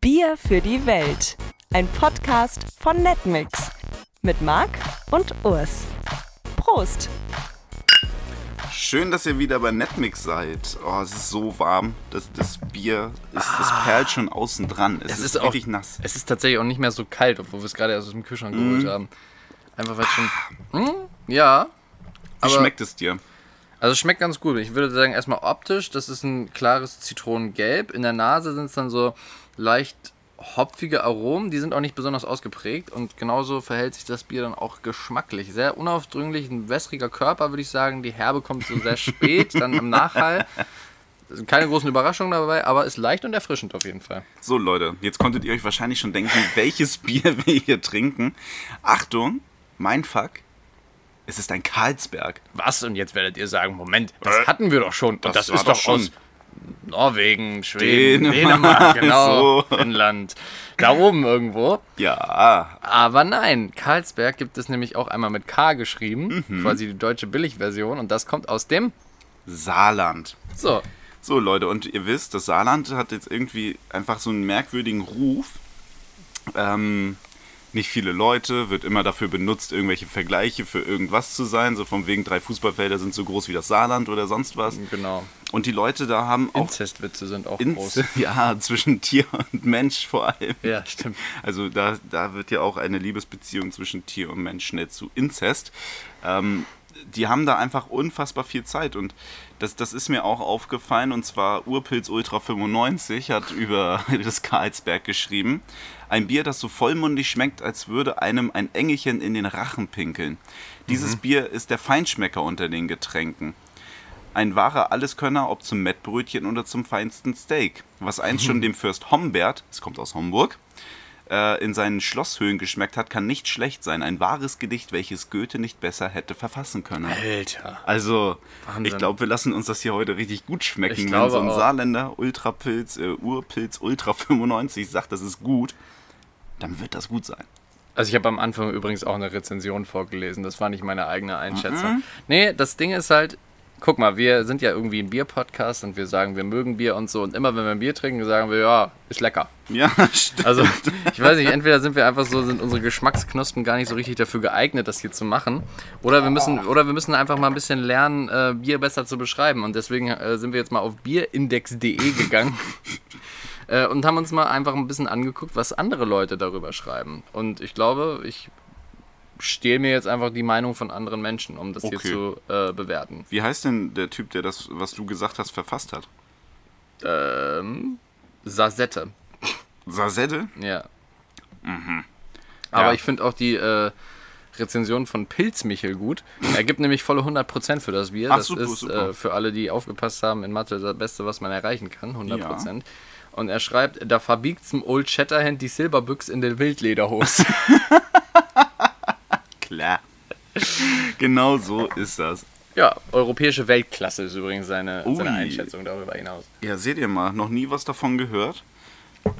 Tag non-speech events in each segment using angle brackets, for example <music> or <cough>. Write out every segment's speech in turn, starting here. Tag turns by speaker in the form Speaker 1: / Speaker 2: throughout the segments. Speaker 1: Bier für die Welt. Ein Podcast von Netmix. Mit Marc und Urs. Prost!
Speaker 2: Schön, dass ihr wieder bei Netmix seid. Oh, es ist so warm. Das, das Bier, ist, das perlt schon außen dran. Es,
Speaker 3: Es
Speaker 2: ist,
Speaker 3: ist auch-
Speaker 2: wirklich nass. Mhm.
Speaker 3: Es ist tatsächlich auch nicht mehr so kalt, obwohl wir es gerade erst aus dem Kühlschrank geholt haben. Einfach weil es schon. Hm, ja.
Speaker 2: Wie
Speaker 3: aber-
Speaker 2: schmeckt es dir?
Speaker 3: Also es schmeckt ganz gut. Ich würde sagen, erstmal optisch, das ist ein klares Zitronengelb. In der Nase sind es dann so leicht hopfige Aromen, die sind auch nicht besonders ausgeprägt und genauso verhält sich das Bier dann auch geschmacklich. Sehr unaufdringlich, ein wässriger Körper, würde ich sagen. Die Herbe kommt so sehr spät, dann
Speaker 2: <laughs>
Speaker 3: im Nachhall. Es sind Keine großen Überraschungen dabei, aber ist leicht und erfrischend auf jeden Fall.
Speaker 2: So, Leute, jetzt konntet ihr euch wahrscheinlich schon denken, welches <laughs> Bier wir hier trinken. Achtung, mein Fuck, es ist ein Karlsberg.
Speaker 3: Was? Und jetzt werdet ihr sagen, Moment, das hatten wir doch schon. Und das,
Speaker 2: war
Speaker 3: ist doch
Speaker 2: schon.
Speaker 3: aus Norwegen, Schweden,
Speaker 2: Dänemark, <laughs>
Speaker 3: Dänemark, genau,
Speaker 2: so.
Speaker 3: Finnland. Da oben irgendwo.
Speaker 2: Ja,
Speaker 3: Aber nein, Karlsberg gibt es nämlich auch einmal mit K geschrieben,
Speaker 2: Mhm.
Speaker 3: quasi die deutsche Billigversion. Und das kommt aus dem...
Speaker 2: Saarland.
Speaker 3: So,
Speaker 2: So, Leute, und ihr wisst, das Saarland hat jetzt irgendwie einfach so einen merkwürdigen Ruf. Ähm, nicht viele Leute, wird immer dafür benutzt, irgendwelche Vergleiche für irgendwas zu sein. So von wegen drei Fußballfelder sind so groß wie das Saarland oder sonst was.
Speaker 3: genau.
Speaker 2: Und die Leute da haben auch
Speaker 3: Inzestwitze sind auch
Speaker 2: Inz <laughs>
Speaker 3: groß.
Speaker 2: ja, zwischen Tier und Mensch vor allem.
Speaker 3: Ja, stimmt.
Speaker 2: Also da, da wird ja auch eine Liebesbeziehung zwischen Tier und Mensch schnell zu Inzest. Ähm, die haben da einfach unfassbar viel Zeit und das, das ist mir auch aufgefallen und zwar Urpilz Ultra 95 hat über <laughs> das Karlsberg geschrieben. Ein Bier, das so vollmundig schmeckt, als würde einem ein Engelchen in den Rachen pinkeln. Dieses Bier ist der Feinschmecker unter den Getränken. Ein wahrer Alleskönner, ob zum Mettbrötchen oder zum feinsten Steak. Was einst schon dem Fürst Hombert, es kommt aus Homburg, äh, in seinen Schlosshöhen geschmeckt hat, kann nicht schlecht sein. Ein wahres Gedicht, welches Goethe nicht besser hätte verfassen können.
Speaker 3: Alter.
Speaker 2: Also,
Speaker 3: Wahnsinn.
Speaker 2: ich glaube, wir lassen uns das hier heute richtig gut schmecken,
Speaker 3: Ich
Speaker 2: wenn
Speaker 3: glaube
Speaker 2: so ein
Speaker 3: auch.
Speaker 2: Saarländer Ultrapilz, äh, Urpilz Ultra 95 sagt, das ist gut, dann wird das gut sein. <laughs>
Speaker 3: Also ich habe am Anfang übrigens auch eine Rezension vorgelesen. Das war nicht meine eigene Einschätzung. Nee, das Ding ist halt, guck mal, wir sind ja irgendwie ein Bier-Podcast und wir sagen, wir mögen Bier und so. Und immer wenn wir ein Bier trinken, sagen wir, ja, ist lecker.
Speaker 2: Ja, stimmt.
Speaker 3: Also ich weiß nicht, entweder sind wir einfach so, sind unsere Geschmacksknospen gar nicht so richtig dafür geeignet, das hier zu machen. Oder wir müssen, oder wir müssen einfach mal ein bisschen lernen, äh, Bier besser zu beschreiben. Und deswegen äh, sind wir jetzt mal auf bierindex.de
Speaker 2: <laughs>
Speaker 3: gegangen. äh, Und haben uns mal einfach ein bisschen angeguckt, was andere Leute darüber schreiben. Und ich glaube, ich stehle mir jetzt einfach die Meinung von anderen Menschen, um das
Speaker 2: Okay.
Speaker 3: hier zu äh, bewerten.
Speaker 2: Wie heißt denn der Typ, der das, was du gesagt hast, verfasst hat?
Speaker 3: Ähm, Sasette.
Speaker 2: Sasette?
Speaker 3: Ja. Aber
Speaker 2: Mhm. Ja.
Speaker 3: ich finde auch die äh, Rezension von Pilzmichel gut. Er gibt nämlich volle 100% für das Bier.
Speaker 2: Ach,
Speaker 3: das
Speaker 2: super,
Speaker 3: ist
Speaker 2: super.
Speaker 3: Äh, für alle, die aufgepasst haben, in Mathe das Beste, was man erreichen kann. 100%. Und er schreibt, da verbiegt's im Old Shatterhand die Silberbüchs in
Speaker 2: <laughs>
Speaker 3: den Wildlederhose.
Speaker 2: Klar. <laughs> genau so ist das.
Speaker 3: ja, europäische Weltklasse ist übrigens seine, seine
Speaker 2: Ui.
Speaker 3: Einschätzung darüber hinaus.
Speaker 2: Ja, seht ihr mal, noch nie was davon gehört.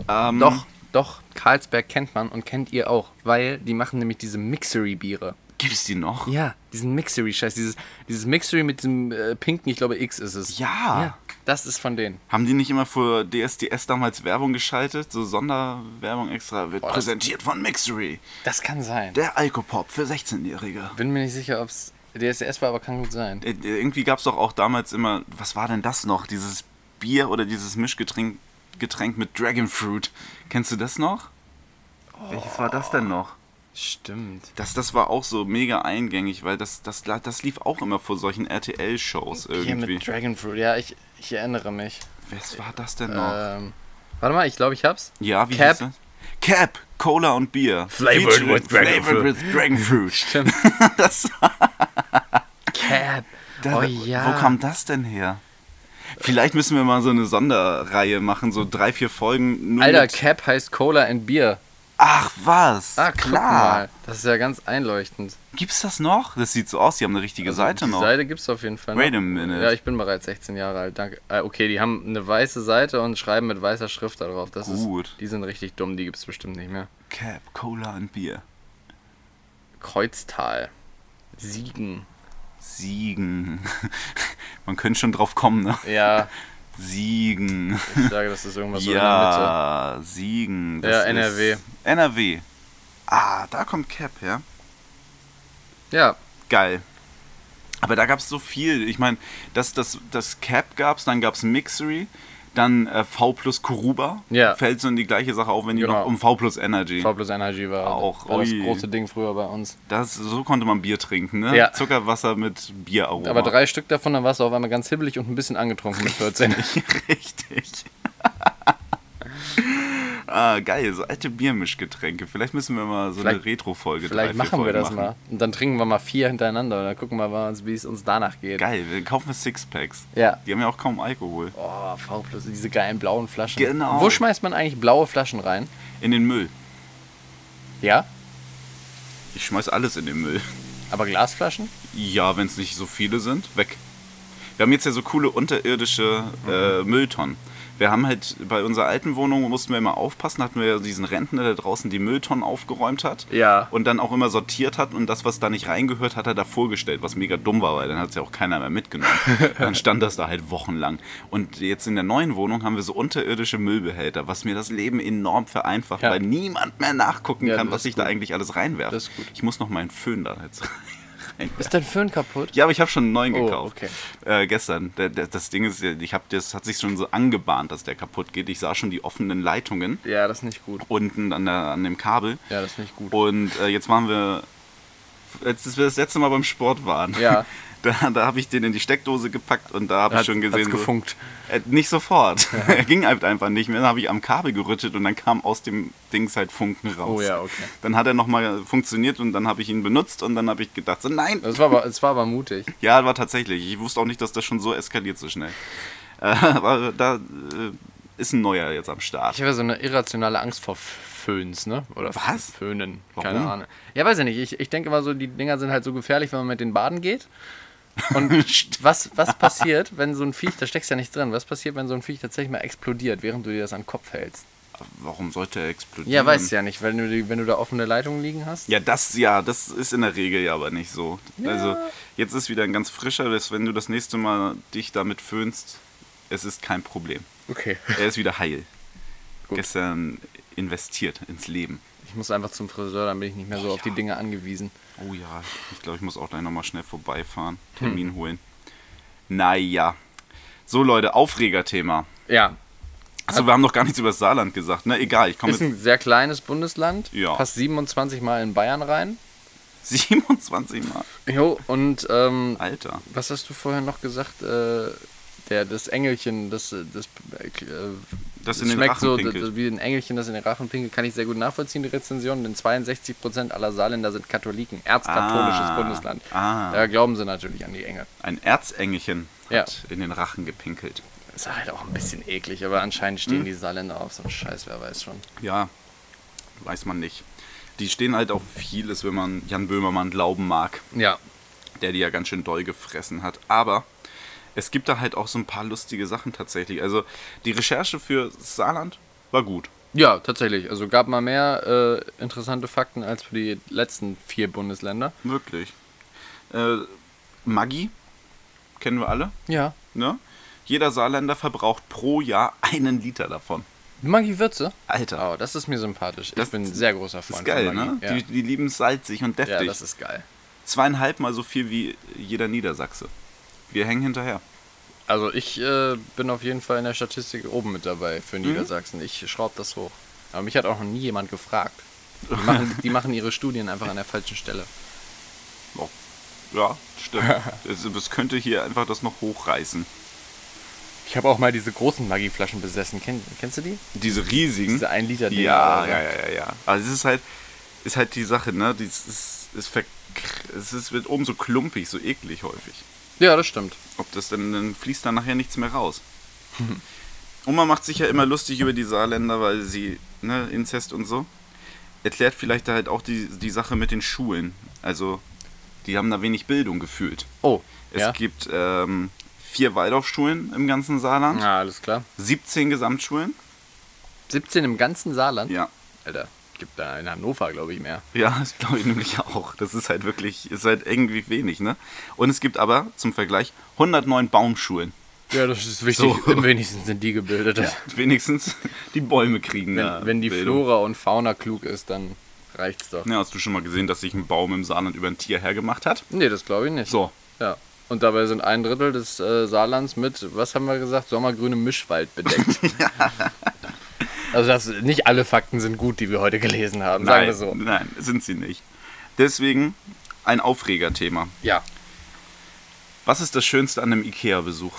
Speaker 2: Ähm.
Speaker 3: Doch, doch, Karlsberg kennt man und kennt ihr auch, weil die machen nämlich diese Mixery-Biere.
Speaker 2: Gibt's die noch?
Speaker 3: Ja, diesen Mixery-Scheiß, dieses, dieses Mixery mit diesem äh, pinken, ich glaube X ist es.
Speaker 2: Ja.
Speaker 3: Das ist von denen.
Speaker 2: Haben die nicht immer für DSDS damals Werbung geschaltet? So Sonderwerbung extra wird
Speaker 3: das-
Speaker 2: präsentiert von Mixery.
Speaker 3: Das kann sein.
Speaker 2: Der Alkopop für 16-Jährige.
Speaker 3: Bin mir nicht sicher, ob es DSDS war, aber kann gut sein.
Speaker 2: Äh, Irgendwie gab's doch auch damals immer, was war denn das noch? Dieses Bier oder dieses Mischgetränk Getränk mit Dragon Fruit. Kennst du das noch? Welches war das denn noch?
Speaker 3: Stimmt.
Speaker 2: Das, das war auch so mega eingängig, weil das, das, das lief auch immer vor solchen RTL-Shows
Speaker 3: Hier
Speaker 2: irgendwie.
Speaker 3: mit Dragon Fruit, ja, ich, ich erinnere mich.
Speaker 2: Was war das denn noch?
Speaker 3: Ähm, warte mal, ich glaube, ich hab's.
Speaker 2: Oh. Ja, wie hieß
Speaker 3: Cap.
Speaker 2: das? Cap, Cola und Bier.
Speaker 3: Flavored
Speaker 2: Featuring-
Speaker 3: with Dragon
Speaker 2: flavored
Speaker 3: Fruit.
Speaker 2: with Dragon Fruit.
Speaker 3: Stimmt.
Speaker 2: <laughs> Das,
Speaker 3: <laughs> Cap.
Speaker 2: da,
Speaker 3: oh ja.
Speaker 2: Wo kam das denn her? Vielleicht müssen wir mal so eine Sonderreihe machen, so drei, vier Folgen. Nur
Speaker 3: Alter,
Speaker 2: mit-
Speaker 3: Cap heißt Cola and Bier.
Speaker 2: Ach was,
Speaker 3: Ah, guck
Speaker 2: klar.
Speaker 3: mal. Das ist ja ganz einleuchtend.
Speaker 2: Gibt's das noch? Das sieht so aus, die haben eine richtige Seite
Speaker 3: Also, die
Speaker 2: noch.
Speaker 3: Seite gibt's auf jeden Fall. noch.
Speaker 2: Wait a minute.
Speaker 3: Ja, ich bin bereits 16 Jahre alt. Danke. Äh, okay, die haben eine weiße Seite und schreiben mit weißer Schrift darauf. Das
Speaker 2: Gut.
Speaker 3: Ist, die sind richtig dumm, die gibt's bestimmt nicht mehr.
Speaker 2: Cap, Cola und Bier.
Speaker 3: Kreuztal. Siegen.
Speaker 2: <laughs> Siegen. Man könnte schon drauf kommen, ne?
Speaker 3: Ja.
Speaker 2: Siegen.
Speaker 3: Ich sage, das ist irgendwas so in
Speaker 2: ja, Siegen. das
Speaker 3: Ja, NRW.
Speaker 2: Ist NRW. Ah, da kommt Cap her.
Speaker 3: der Mitte. Ja,
Speaker 2: Geil. Aber da gab es so viel. Ich meine, das, das, das Cap gab es, dann gab es Mixery, dann äh, V plus Kuruba.
Speaker 3: Ja.
Speaker 2: Fällt so in die gleiche Sache auf, wenn die
Speaker 3: Genau.
Speaker 2: noch um V plus Energy.
Speaker 3: V plus Energy war,
Speaker 2: Auch,
Speaker 3: war das
Speaker 2: ui.
Speaker 3: große Ding früher bei uns.
Speaker 2: Das, so konnte man Bier trinken, ne?
Speaker 3: Ja.
Speaker 2: Zuckerwasser mit Bieraroma.
Speaker 3: Aber drei Stück davon, dann warst du auf einmal ganz hibbelig und ein bisschen angetrunken mit 14.
Speaker 2: <laughs> Richtig. <laughs> ah, geil, so alte Biermischgetränke. Vielleicht müssen wir mal so eine
Speaker 3: Vielleicht-
Speaker 2: Retro-Folge drei,
Speaker 3: Vielleicht
Speaker 2: vier
Speaker 3: machen wir
Speaker 2: Folgen
Speaker 3: das mal. Und dann trinken wir mal vier hintereinander und dann gucken wir mal, wie es uns danach geht.
Speaker 2: Geil, wir kaufen wir Sixpacks.
Speaker 3: Ja.
Speaker 2: Die haben ja auch kaum Alkohol.
Speaker 3: Oh, V plus, diese geilen blauen Flaschen.
Speaker 2: Genau.
Speaker 3: Wo schmeißt man eigentlich blaue Flaschen rein?
Speaker 2: In den Müll.
Speaker 3: Ja,
Speaker 2: Ich schmeiß alles in den Müll.
Speaker 3: aber Glasflaschen?
Speaker 2: Ja, wenn es nicht so viele sind, weg. Wir haben jetzt ja so coole unterirdische äh,
Speaker 3: Mhm.
Speaker 2: Mülltonnen. Wir haben halt bei unserer alten Wohnung mussten wir immer aufpassen, hatten wir ja diesen Rentner, der draußen die Mülltonnen aufgeräumt hat.
Speaker 3: Ja.
Speaker 2: Und dann auch immer sortiert hat und das, was da nicht reingehört, hat er da vorgestellt, was mega dumm war, weil dann hat es ja auch keiner mehr mitgenommen.
Speaker 3: <laughs>
Speaker 2: dann stand das da halt wochenlang. Und jetzt in der neuen Wohnung haben wir so unterirdische Müllbehälter, was mir das Leben enorm vereinfacht,
Speaker 3: Ja.
Speaker 2: weil niemand mehr nachgucken
Speaker 3: Ja,
Speaker 2: kann,
Speaker 3: das
Speaker 2: was
Speaker 3: ist
Speaker 2: ich da
Speaker 3: gut.
Speaker 2: eigentlich alles reinwerfe.
Speaker 3: Das ist gut.
Speaker 2: Ich muss noch meinen Föhn da jetzt <laughs> rein.
Speaker 3: Ist dein Föhn kaputt?
Speaker 2: Ja, aber ich habe schon einen neuen
Speaker 3: Oh,
Speaker 2: gekauft.
Speaker 3: okay.
Speaker 2: Äh, gestern. Der- der- Das Ding ist, ich hab, das hat sich schon so angebahnt, dass der kaputt geht. Ich sah schon die offenen Leitungen
Speaker 3: Ja, das ist nicht gut.
Speaker 2: unten an, der, an dem Kabel.
Speaker 3: Ja, das ist nicht gut.
Speaker 2: Und äh, jetzt waren wir, jetzt, als wir das letzte Mal beim Sport waren,
Speaker 3: Ja.
Speaker 2: <laughs> da, da habe ich den in die Steckdose gepackt und da habe ich
Speaker 3: Hat-
Speaker 2: schon
Speaker 3: hat's
Speaker 2: gesehen.
Speaker 3: gefunkt.
Speaker 2: So, äh, nicht sofort. <laughs> Er ging halt einfach nicht mehr. Dann habe ich am Kabel gerüttelt und dann kam aus dem Dings halt Funken raus.
Speaker 3: Oh ja, okay.
Speaker 2: Dann hat er nochmal funktioniert und dann habe ich ihn benutzt und dann habe ich gedacht, so nein,
Speaker 3: Das war aber, das war aber mutig.
Speaker 2: ja, war tatsächlich. Ich wusste auch nicht, dass das schon so eskaliert so schnell. Äh, aber da äh, ist ein neuer jetzt am
Speaker 3: Ich
Speaker 2: Start.
Speaker 3: habe so eine irrationale Angst vor Föhns, ne? Oder
Speaker 2: Was?
Speaker 3: Föhnen.
Speaker 2: Warum?
Speaker 3: Keine Ahnung. Ja, weiß ich nicht. Ich, ich denke immer so, die Dinger sind halt so gefährlich, wenn man mit den Baden geht.
Speaker 2: <laughs>
Speaker 3: Und was, was passiert, wenn so ein Viech, da steckst ja nicht drin, was passiert, wenn so ein Viech tatsächlich mal explodiert, während du dir das an den Kopf hältst?
Speaker 2: Warum sollte er explodieren?
Speaker 3: Ja, weißt ja nicht, wenn du, die- wenn du da offene Leitungen liegen hast.
Speaker 2: Ja, das ja, das ist in der Regel ja aber nicht so. Also jetzt ist wieder ein ganz frischer, dass wenn du das nächste Mal dich damit föhnst, es ist kein Problem.
Speaker 3: Okay.
Speaker 2: Er ist wieder heil.
Speaker 3: <laughs> Gut.
Speaker 2: Gestern investiert ins Leben.
Speaker 3: Ich muss einfach zum Friseur, dann bin ich nicht mehr so auf die Dinge angewiesen.
Speaker 2: Oh ja, ich glaube, ich muss auch gleich nochmal schnell vorbeifahren,
Speaker 3: Hm.
Speaker 2: Termin holen. Naja. So Leute, Aufregerthema.
Speaker 3: Ja,
Speaker 2: Achso, Also wir haben noch gar nichts über das Saarland gesagt. Ne, egal, ich komme
Speaker 3: ist
Speaker 2: jetzt
Speaker 3: ein sehr kleines Bundesland,
Speaker 2: Ja.
Speaker 3: passt 27 Mal in Bayern rein.
Speaker 2: 27 Mal.
Speaker 3: Jo, und ähm,
Speaker 2: Alter.
Speaker 3: Was hast du vorher noch gesagt? Äh, der, das Engelchen, das, äh, das, äh,
Speaker 2: Das
Speaker 3: das
Speaker 2: in den
Speaker 3: schmeckt
Speaker 2: Rachen
Speaker 3: so
Speaker 2: pinkelt.
Speaker 3: das- wie ein Engelchen, das in den Rachen pinkelt, kann ich sehr gut nachvollziehen, die Rezension. Denn 62% aller Saarländer sind Katholiken, erzkatholisches
Speaker 2: Ah,
Speaker 3: Bundesland.
Speaker 2: ah.
Speaker 3: Da glauben sie natürlich an die Engel.
Speaker 2: Ein Erzengelchen hat
Speaker 3: Ja.
Speaker 2: in den Rachen gepinkelt.
Speaker 3: Ist halt auch ein bisschen eklig, aber anscheinend stehen
Speaker 2: Hm.
Speaker 3: die Saarländer auf so einen Scheiß, wer weiß schon.
Speaker 2: Ja, weiß man nicht. Die stehen halt auf vieles, wenn man Jan Böhmermann glauben mag,
Speaker 3: Ja,
Speaker 2: der die ja ganz schön doll gefressen hat. Aber es gibt da halt auch so ein paar lustige Sachen tatsächlich. Also die Recherche für Saarland war gut.
Speaker 3: ja, tatsächlich. Also gab mal mehr äh, interessante Fakten als für die letzten vier Bundesländer.
Speaker 2: Wirklich. Äh, Maggi kennen wir alle.
Speaker 3: Ja.
Speaker 2: Ne? Jeder Saarländer verbraucht pro Jahr einen Liter davon.
Speaker 3: Maggi Würze?
Speaker 2: Alter.
Speaker 3: Oh, das ist mir sympathisch.
Speaker 2: Das-
Speaker 3: ich bin ein sehr großer
Speaker 2: Das
Speaker 3: Freund
Speaker 2: ist geil,
Speaker 3: von Maggi.
Speaker 2: ne?
Speaker 3: Ja.
Speaker 2: Die, die lieben es salzig und deftig.
Speaker 3: Ja, das ist geil.
Speaker 2: Zweieinhalb Mal so viel wie jeder Niedersachse. Wir hängen hinterher.
Speaker 3: Also ich äh, bin auf jeden Fall in der Statistik oben mit dabei für
Speaker 2: Mhm.
Speaker 3: Niedersachsen. Ich schraube das hoch. Aber mich hat auch noch nie jemand gefragt.
Speaker 2: <laughs>
Speaker 3: Die machen, die machen ihre Studien einfach an der falschen Stelle.
Speaker 2: Oh. Ja, stimmt.
Speaker 3: <laughs>
Speaker 2: das, das könnte hier einfach das noch hochreißen.
Speaker 3: Ich habe auch mal diese großen Magieflaschen besessen. Kenn, kennst du die?
Speaker 2: Diese riesigen.
Speaker 3: Diese 1 Liter Dinger,
Speaker 2: Hm? ja,
Speaker 3: oder?
Speaker 2: ja, ja, ja, ja. Also es ist halt, ist halt die Sache, ne? Dies ist, ist verk- es ist, wird oben so klumpig, so eklig häufig.
Speaker 3: Ja, das stimmt.
Speaker 2: Ob das denn, dann fließt dann nachher nichts mehr raus. <laughs> Oma macht sich ja immer lustig über die Saarländer, weil sie, ne, Inzest und so. Erklärt vielleicht halt auch die, die Sache mit den Schulen. Also, die haben da wenig Bildung gefühlt.
Speaker 3: Oh,
Speaker 2: Es
Speaker 3: ja.
Speaker 2: gibt ähm, vier Waldorfschulen im ganzen Saarland,
Speaker 3: Ja, Ah, alles klar.
Speaker 2: 17 Gesamtschulen.
Speaker 3: 17 im ganzen Saarland?
Speaker 2: Ja.
Speaker 3: Alter, gibt da in Hannover, glaube ich, mehr.
Speaker 2: Ja, <laughs> das glaube ich nämlich auch. Das ist halt wirklich, ist halt irgendwie wenig, ne? Und es gibt aber, zum Vergleich, 109 Baumschulen.
Speaker 3: Ja, das ist wichtig.
Speaker 2: So.
Speaker 3: Im wenigsten sind die gebildet.
Speaker 2: Wenigstens die Bäume kriegen
Speaker 3: <laughs> Wenn,
Speaker 2: da
Speaker 3: wenn die
Speaker 2: Bildung.
Speaker 3: Flora und Fauna klug ist, dann reicht's doch.
Speaker 2: Ja, Ne, hast du schon mal gesehen, dass sich ein Baum im Saarland über ein Tier hergemacht hat?
Speaker 3: Nee, das glaube ich nicht.
Speaker 2: So.
Speaker 3: Ja. Und dabei sind ein Drittel des äh, Saarlands mit, was haben wir gesagt, sommergrünem
Speaker 2: <laughs>
Speaker 3: Mischwald bedeckt. Also das, nicht alle Fakten sind gut, die wir heute gelesen haben, sagen
Speaker 2: Nein,
Speaker 3: wir so.
Speaker 2: nein, sind sie nicht. Deswegen ein Aufregerthema.
Speaker 3: Ja,
Speaker 2: Was ist das Schönste an einem Ikea-Besuch?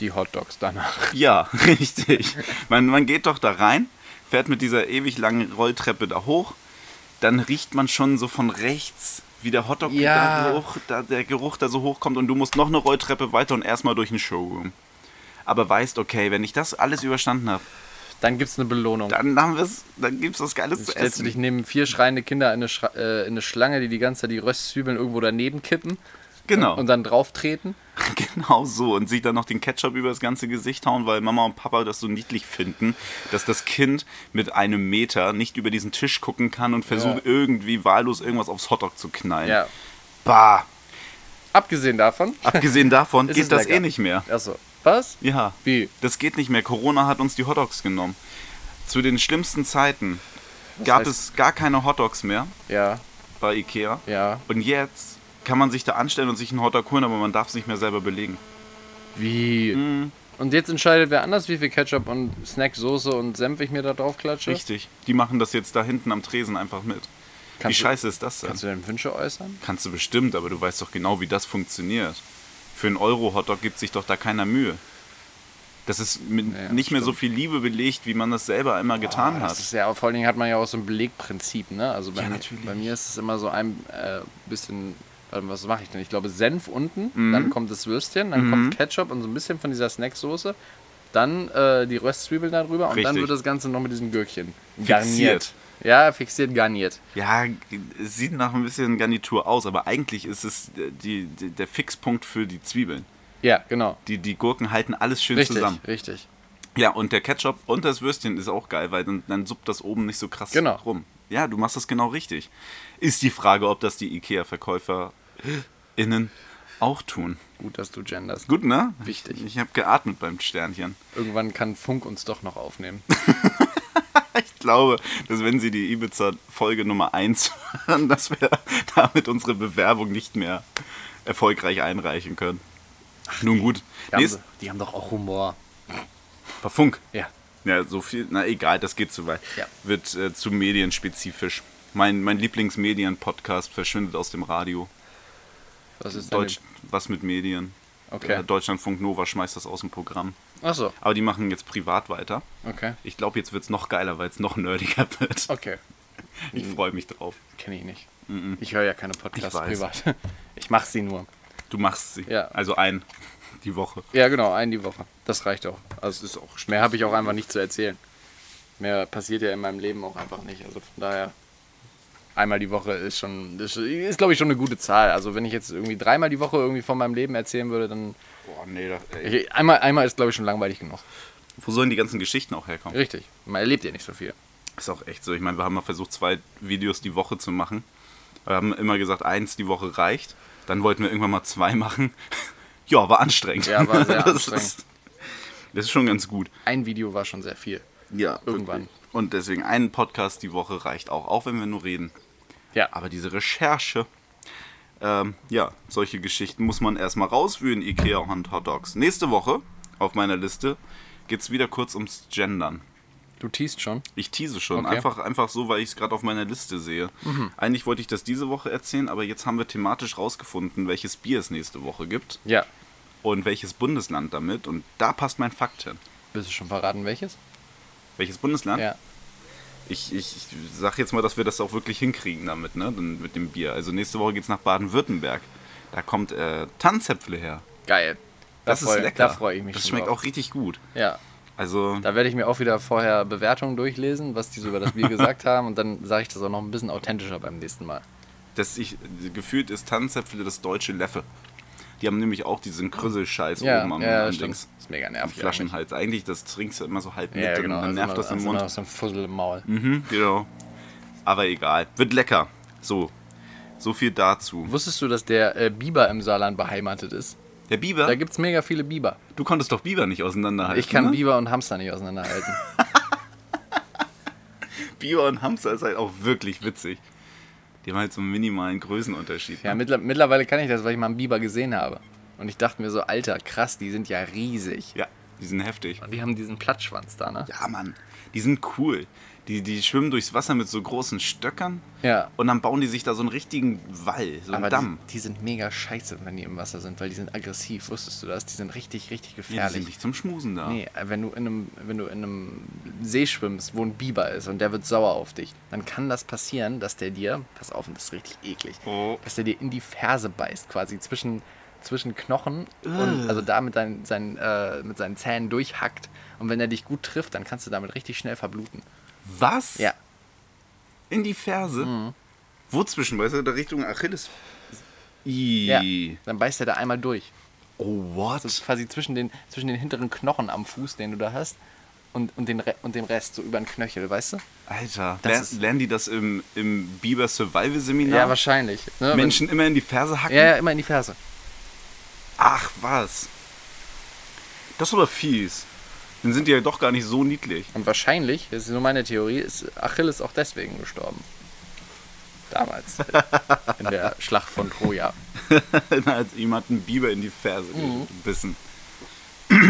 Speaker 3: die Hotdogs danach.
Speaker 2: Ja, <laughs> richtig. Man, man geht doch da rein, fährt mit dieser ewig langen Rolltreppe da hoch, dann riecht man schon so von rechts, wie der Hotdog
Speaker 3: Ja.
Speaker 2: der, Geruch, da, der Geruch da so hochkommt und du musst noch eine Rolltreppe weiter und erstmal durch ein Showroom. Aber weißt, okay, wenn ich das alles überstanden habe,
Speaker 3: Dann gibt's eine Belohnung.
Speaker 2: dann haben wir's, dann gibt's was Geiles zu
Speaker 3: Stellst du
Speaker 2: essen.
Speaker 3: dich neben vier schreiende Kinder in eine, Schra- äh, in eine Schlange, die die ganze Zeit die Röstzwiebeln irgendwo daneben kippen
Speaker 2: genau,
Speaker 3: und dann drauftreten?
Speaker 2: <laughs> genau so. Und sich dann noch den Ketchup über das ganze Gesicht hauen, weil Mama und Papa das so niedlich finden, dass das Kind mit einem Meter nicht über diesen Tisch gucken kann und versucht
Speaker 3: Ja.
Speaker 2: irgendwie wahllos irgendwas aufs Hotdog zu knallen.
Speaker 3: Ja.
Speaker 2: Bah.
Speaker 3: Abgesehen davon.
Speaker 2: Abgesehen davon
Speaker 3: <laughs> Ist es
Speaker 2: geht das
Speaker 3: lecker.
Speaker 2: eh nicht mehr.
Speaker 3: Achso. Was?
Speaker 2: Ja.
Speaker 3: Wie?
Speaker 2: Das geht nicht mehr. Corona hat uns die Hotdogs genommen. Zu den schlimmsten Zeiten gab
Speaker 3: heißt-
Speaker 2: es gar keine Hotdogs mehr
Speaker 3: Ja,
Speaker 2: bei Ikea.
Speaker 3: ja.
Speaker 2: Und jetzt kann man sich da anstellen und sich einen Hotdog holen, aber man darf es nicht mehr selber belegen.
Speaker 3: Wie?
Speaker 2: Mhm.
Speaker 3: Und jetzt entscheidet wer anders, wie viel Ketchup und Snacksoße und Senf ich mir da drauf klatsche?
Speaker 2: Richtig. Die machen das jetzt da hinten am Tresen einfach mit.
Speaker 3: Kannst
Speaker 2: wie
Speaker 3: du-
Speaker 2: scheiße ist das denn?
Speaker 3: Kannst du deine Wünsche äußern?
Speaker 2: Kannst du bestimmt, aber du weißt doch genau, wie das funktioniert. Für einen Euro-Hotdog gibt sich doch da keiner Mühe. Das ist mit
Speaker 3: ja,
Speaker 2: nicht mehr so viel Liebe belegt, wie man das selber einmal getan
Speaker 3: Ah,
Speaker 2: hat.
Speaker 3: Das ist ja, vor allen Dingen hat man ja auch so ein Belegprinzip, ne? Also bei,
Speaker 2: Ja,
Speaker 3: mir,
Speaker 2: natürlich.
Speaker 3: bei mir ist es immer so ein äh, bisschen, warte mal, was mache ich denn? Ich glaube Senf unten,
Speaker 2: Mhm.
Speaker 3: dann kommt das Würstchen, dann kommt Ketchup und so ein bisschen von dieser Snacksoße, dann äh, die Röstzwiebeln darüber und dann
Speaker 2: Richtig.
Speaker 3: wird das Ganze noch mit diesem Gürkchen
Speaker 2: Fixiert.
Speaker 3: garniert. Ja, fixiert, garniert.
Speaker 2: Ja, es sieht nach ein bisschen Garnitur aus, aber eigentlich ist es äh, die, die, der Fixpunkt für die Zwiebeln.
Speaker 3: Ja, genau.
Speaker 2: Die, die Gurken halten alles schön
Speaker 3: Richtig,
Speaker 2: zusammen.
Speaker 3: richtig.
Speaker 2: Ja, und der Ketchup und das Würstchen ist auch geil, weil dann, dann suppt das oben nicht so krass
Speaker 3: Genau.
Speaker 2: rum. Ja, du machst das genau richtig. Ist die Frage, ob das die IKEA-VerkäuferInnen auch tun.
Speaker 3: Gut, dass du genders.
Speaker 2: Gut, ne?
Speaker 3: Wichtig.
Speaker 2: Ich, ich habe geatmet beim Sternchen. <laughs>
Speaker 3: Irgendwann kann Funk uns doch noch aufnehmen.
Speaker 2: Ich glaube, dass wenn Sie die Ibiza-Folge Nummer 1 <laughs> hören, dass wir damit unsere Bewerbung nicht mehr erfolgreich einreichen können. Nun gut.
Speaker 3: Die haben,
Speaker 2: Nächst,
Speaker 3: so- die haben doch auch Humor.
Speaker 2: paar Funk.
Speaker 3: Ja.
Speaker 2: Ja, so viel. Na egal, das geht zu weit.
Speaker 3: Ja.
Speaker 2: Wird äh, zu medienspezifisch. Mein, mein Lieblingsmedien-Podcast verschwindet aus dem Radio.
Speaker 3: Was ist
Speaker 2: Deutsch, was mit Medien?
Speaker 3: Okay.
Speaker 2: Äh, Deutschlandfunk Nova schmeißt das aus dem Programm.
Speaker 3: Achso,
Speaker 2: Aber die machen jetzt privat weiter.
Speaker 3: okay.
Speaker 2: Ich glaube, jetzt wird es noch geiler, weil es noch nerdiger <laughs> wird.
Speaker 3: Okay.
Speaker 2: Ich freue mich drauf.
Speaker 3: Kenne ich nicht. Ich höre ja keine Podcasts
Speaker 2: Ich weiß.
Speaker 3: privat. <laughs> Ich mache sie nur.
Speaker 2: Du machst sie.
Speaker 3: Ja.
Speaker 2: Also ein die Woche.
Speaker 3: Ja, genau, einen die Woche. Das reicht auch. Also
Speaker 2: ist auch
Speaker 3: mehr habe ich auch einfach nicht zu erzählen. Mehr passiert ja in meinem Leben auch einfach nicht. Also von daher, einmal die Woche ist schon, ist, ist glaube ich schon eine gute Zahl. Also wenn ich jetzt irgendwie dreimal die Woche irgendwie von meinem Leben erzählen würde, dann
Speaker 2: Boah, Oh, nee, das, ey.
Speaker 3: ich, einmal, einmal ist glaube ich schon langweilig genug.
Speaker 2: Wo sollen die ganzen Geschichten auch herkommen?
Speaker 3: Richtig. Man erlebt ja nicht so viel.
Speaker 2: Ist auch echt so. Ich meine, wir haben mal versucht, zwei Videos die Woche zu machen. Wir haben immer gesagt, eins die Woche reicht. Dann wollten wir irgendwann mal zwei machen. <laughs> Ja, war anstrengend.
Speaker 3: Ja, war sehr
Speaker 2: <laughs> Das
Speaker 3: anstrengend.
Speaker 2: Ist, das ist schon ganz gut.
Speaker 3: Ein Video war schon sehr viel.
Speaker 2: Ja,
Speaker 3: Irgendwann.
Speaker 2: Und deswegen einen Podcast die Woche reicht auch, auch wenn wir nur reden.
Speaker 3: Ja.
Speaker 2: Aber diese Recherche, ähm, ja, solche Geschichten muss man erstmal rauswühlen, Ikea und Hot Dogs. Nächste Woche auf meiner Liste geht es wieder kurz ums Gendern.
Speaker 3: Du teast schon.
Speaker 2: Ich tease schon,
Speaker 3: Okay. Mhm.
Speaker 2: einfach, einfach so, weil ich es gerade auf meiner Liste sehe. Eigentlich wollte ich das diese Woche erzählen, aber jetzt haben wir thematisch rausgefunden, welches Bier es nächste Woche gibt
Speaker 3: Ja.
Speaker 2: und welches Bundesland damit. Und da passt mein Fakt hin.
Speaker 3: Willst du schon verraten, welches?
Speaker 2: Welches Bundesland?
Speaker 3: Ja.
Speaker 2: Ich, ich, ich sag jetzt mal, dass wir das auch wirklich hinkriegen damit, ne? Dann mit dem Bier. Also nächste Woche geht's nach Baden-Württemberg. Da kommt äh, Tanzäpfle her.
Speaker 3: Geil. Da
Speaker 2: Das
Speaker 3: freu-
Speaker 2: ist lecker.
Speaker 3: Da freue ich mich
Speaker 2: Das
Speaker 3: schon
Speaker 2: schmeckt
Speaker 3: drauf.
Speaker 2: auch richtig gut.
Speaker 3: Ja,
Speaker 2: Also,
Speaker 3: da werde ich mir auch wieder vorher Bewertungen durchlesen, was die so über
Speaker 2: <laughs>
Speaker 3: das Bier gesagt haben und dann sage ich das auch noch ein bisschen authentischer beim nächsten Mal.
Speaker 2: das ich, gefühlt ist Tanzäpfle das deutsche Leffe. Die haben nämlich auch diesen Krüsselscheiß
Speaker 3: Ja,
Speaker 2: oben am,
Speaker 3: ja,
Speaker 2: am
Speaker 3: stimmt.
Speaker 2: Dings.
Speaker 3: Ist mega
Speaker 2: Am
Speaker 3: nervig.
Speaker 2: Flaschenhals. Eigentlich, das trinkst du immer so halb mit
Speaker 3: eigentlich. Ja,
Speaker 2: und
Speaker 3: genau.
Speaker 2: dann
Speaker 3: also
Speaker 2: nervt
Speaker 3: immer-
Speaker 2: das im
Speaker 3: also
Speaker 2: Mund.
Speaker 3: immer So ein Fussel im Maul.
Speaker 2: Mhm, genau. Aber egal. Wird lecker. So. So viel dazu.
Speaker 3: Wusstest du, dass der äh, Biber im Saarland beheimatet ist?
Speaker 2: Der Biber?
Speaker 3: Da gibt es mega viele Biber.
Speaker 2: Du konntest doch Biber nicht auseinanderhalten.
Speaker 3: Ich kann
Speaker 2: ne?
Speaker 3: Biber und Hamster nicht auseinanderhalten.
Speaker 2: Biber und Hamster ist halt auch wirklich witzig. Die haben halt so einen minimalen Größenunterschied.
Speaker 3: Ja,
Speaker 2: ne?
Speaker 3: mittler- mittlerweile kann ich das, weil ich mal einen Biber gesehen habe. Und ich dachte mir so, Alter, krass, die sind ja riesig.
Speaker 2: ja die sind heftig.
Speaker 3: Und die haben diesen Plattschwanz da, ne?
Speaker 2: Ja, Mann, die sind cool. Die, die schwimmen durchs Wasser mit so großen Stöckern
Speaker 3: Ja.
Speaker 2: und dann bauen die sich da so einen richtigen Wall, so einen
Speaker 3: Aber
Speaker 2: Damm.
Speaker 3: Die, die sind mega scheiße, wenn die im Wasser sind, weil die sind aggressiv, wusstest du das? Die sind richtig, richtig
Speaker 2: Ja, die sind
Speaker 3: gefährlich.
Speaker 2: nicht zum Schmusen da.
Speaker 3: Nee, äh, wenn du, in einem, wenn du in einem See schwimmst, wo ein Biber ist und der wird sauer auf dich, dann kann das passieren, dass der dir, pass auf, und das ist richtig eklig,
Speaker 2: Oh.
Speaker 3: dass der dir in die Ferse beißt, quasi zwischen, zwischen Knochen und also da mit, dein, sein, äh, mit seinen Zähnen durchhackt. Und wenn er dich gut trifft, dann kannst du damit richtig schnell verbluten.
Speaker 2: Was?
Speaker 3: Ja,
Speaker 2: In die Ferse?
Speaker 3: Mhm.
Speaker 2: Wo zwischen? Weißt du, da Richtung Achilles. I.
Speaker 3: ja. dann beißt er da einmal durch.
Speaker 2: Oh, what?
Speaker 3: Also quasi zwischen den, zwischen den hinteren Knochen am Fuß, den du da hast, und, und, den, Re- und dem Rest, so über den Knöchel, weißt du?
Speaker 2: Alter,
Speaker 3: Das
Speaker 2: lern,
Speaker 3: ist-
Speaker 2: lernen die das im, im Biber Survival Seminar?
Speaker 3: wahrscheinlich. Ne?
Speaker 2: Menschen immer in die Ferse hacken?
Speaker 3: Ja, ja, immer in die Ferse.
Speaker 2: Ach was. Das ist aber fies. Dann sind die ja doch gar nicht so niedlich. <laughs>
Speaker 3: Und wahrscheinlich, das ist nur meine Theorie, ist Achilles auch deswegen gestorben. Damals.
Speaker 2: <laughs>
Speaker 3: in der Schlacht von Troja.
Speaker 2: Dann hat jemand einen Biber in die Ferse
Speaker 3: Mhm.
Speaker 2: gebissen.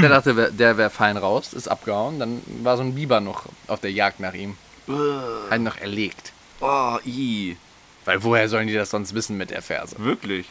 Speaker 3: Der dachte, wer- der wäre fein raus, ist abgehauen. Dann war so ein Biber noch auf der Jagd nach ihm. Hat ihn noch erlegt.
Speaker 2: Äh, Oh, i.
Speaker 3: Weil woher sollen die das sonst wissen mit der Ferse?
Speaker 2: Wirklich.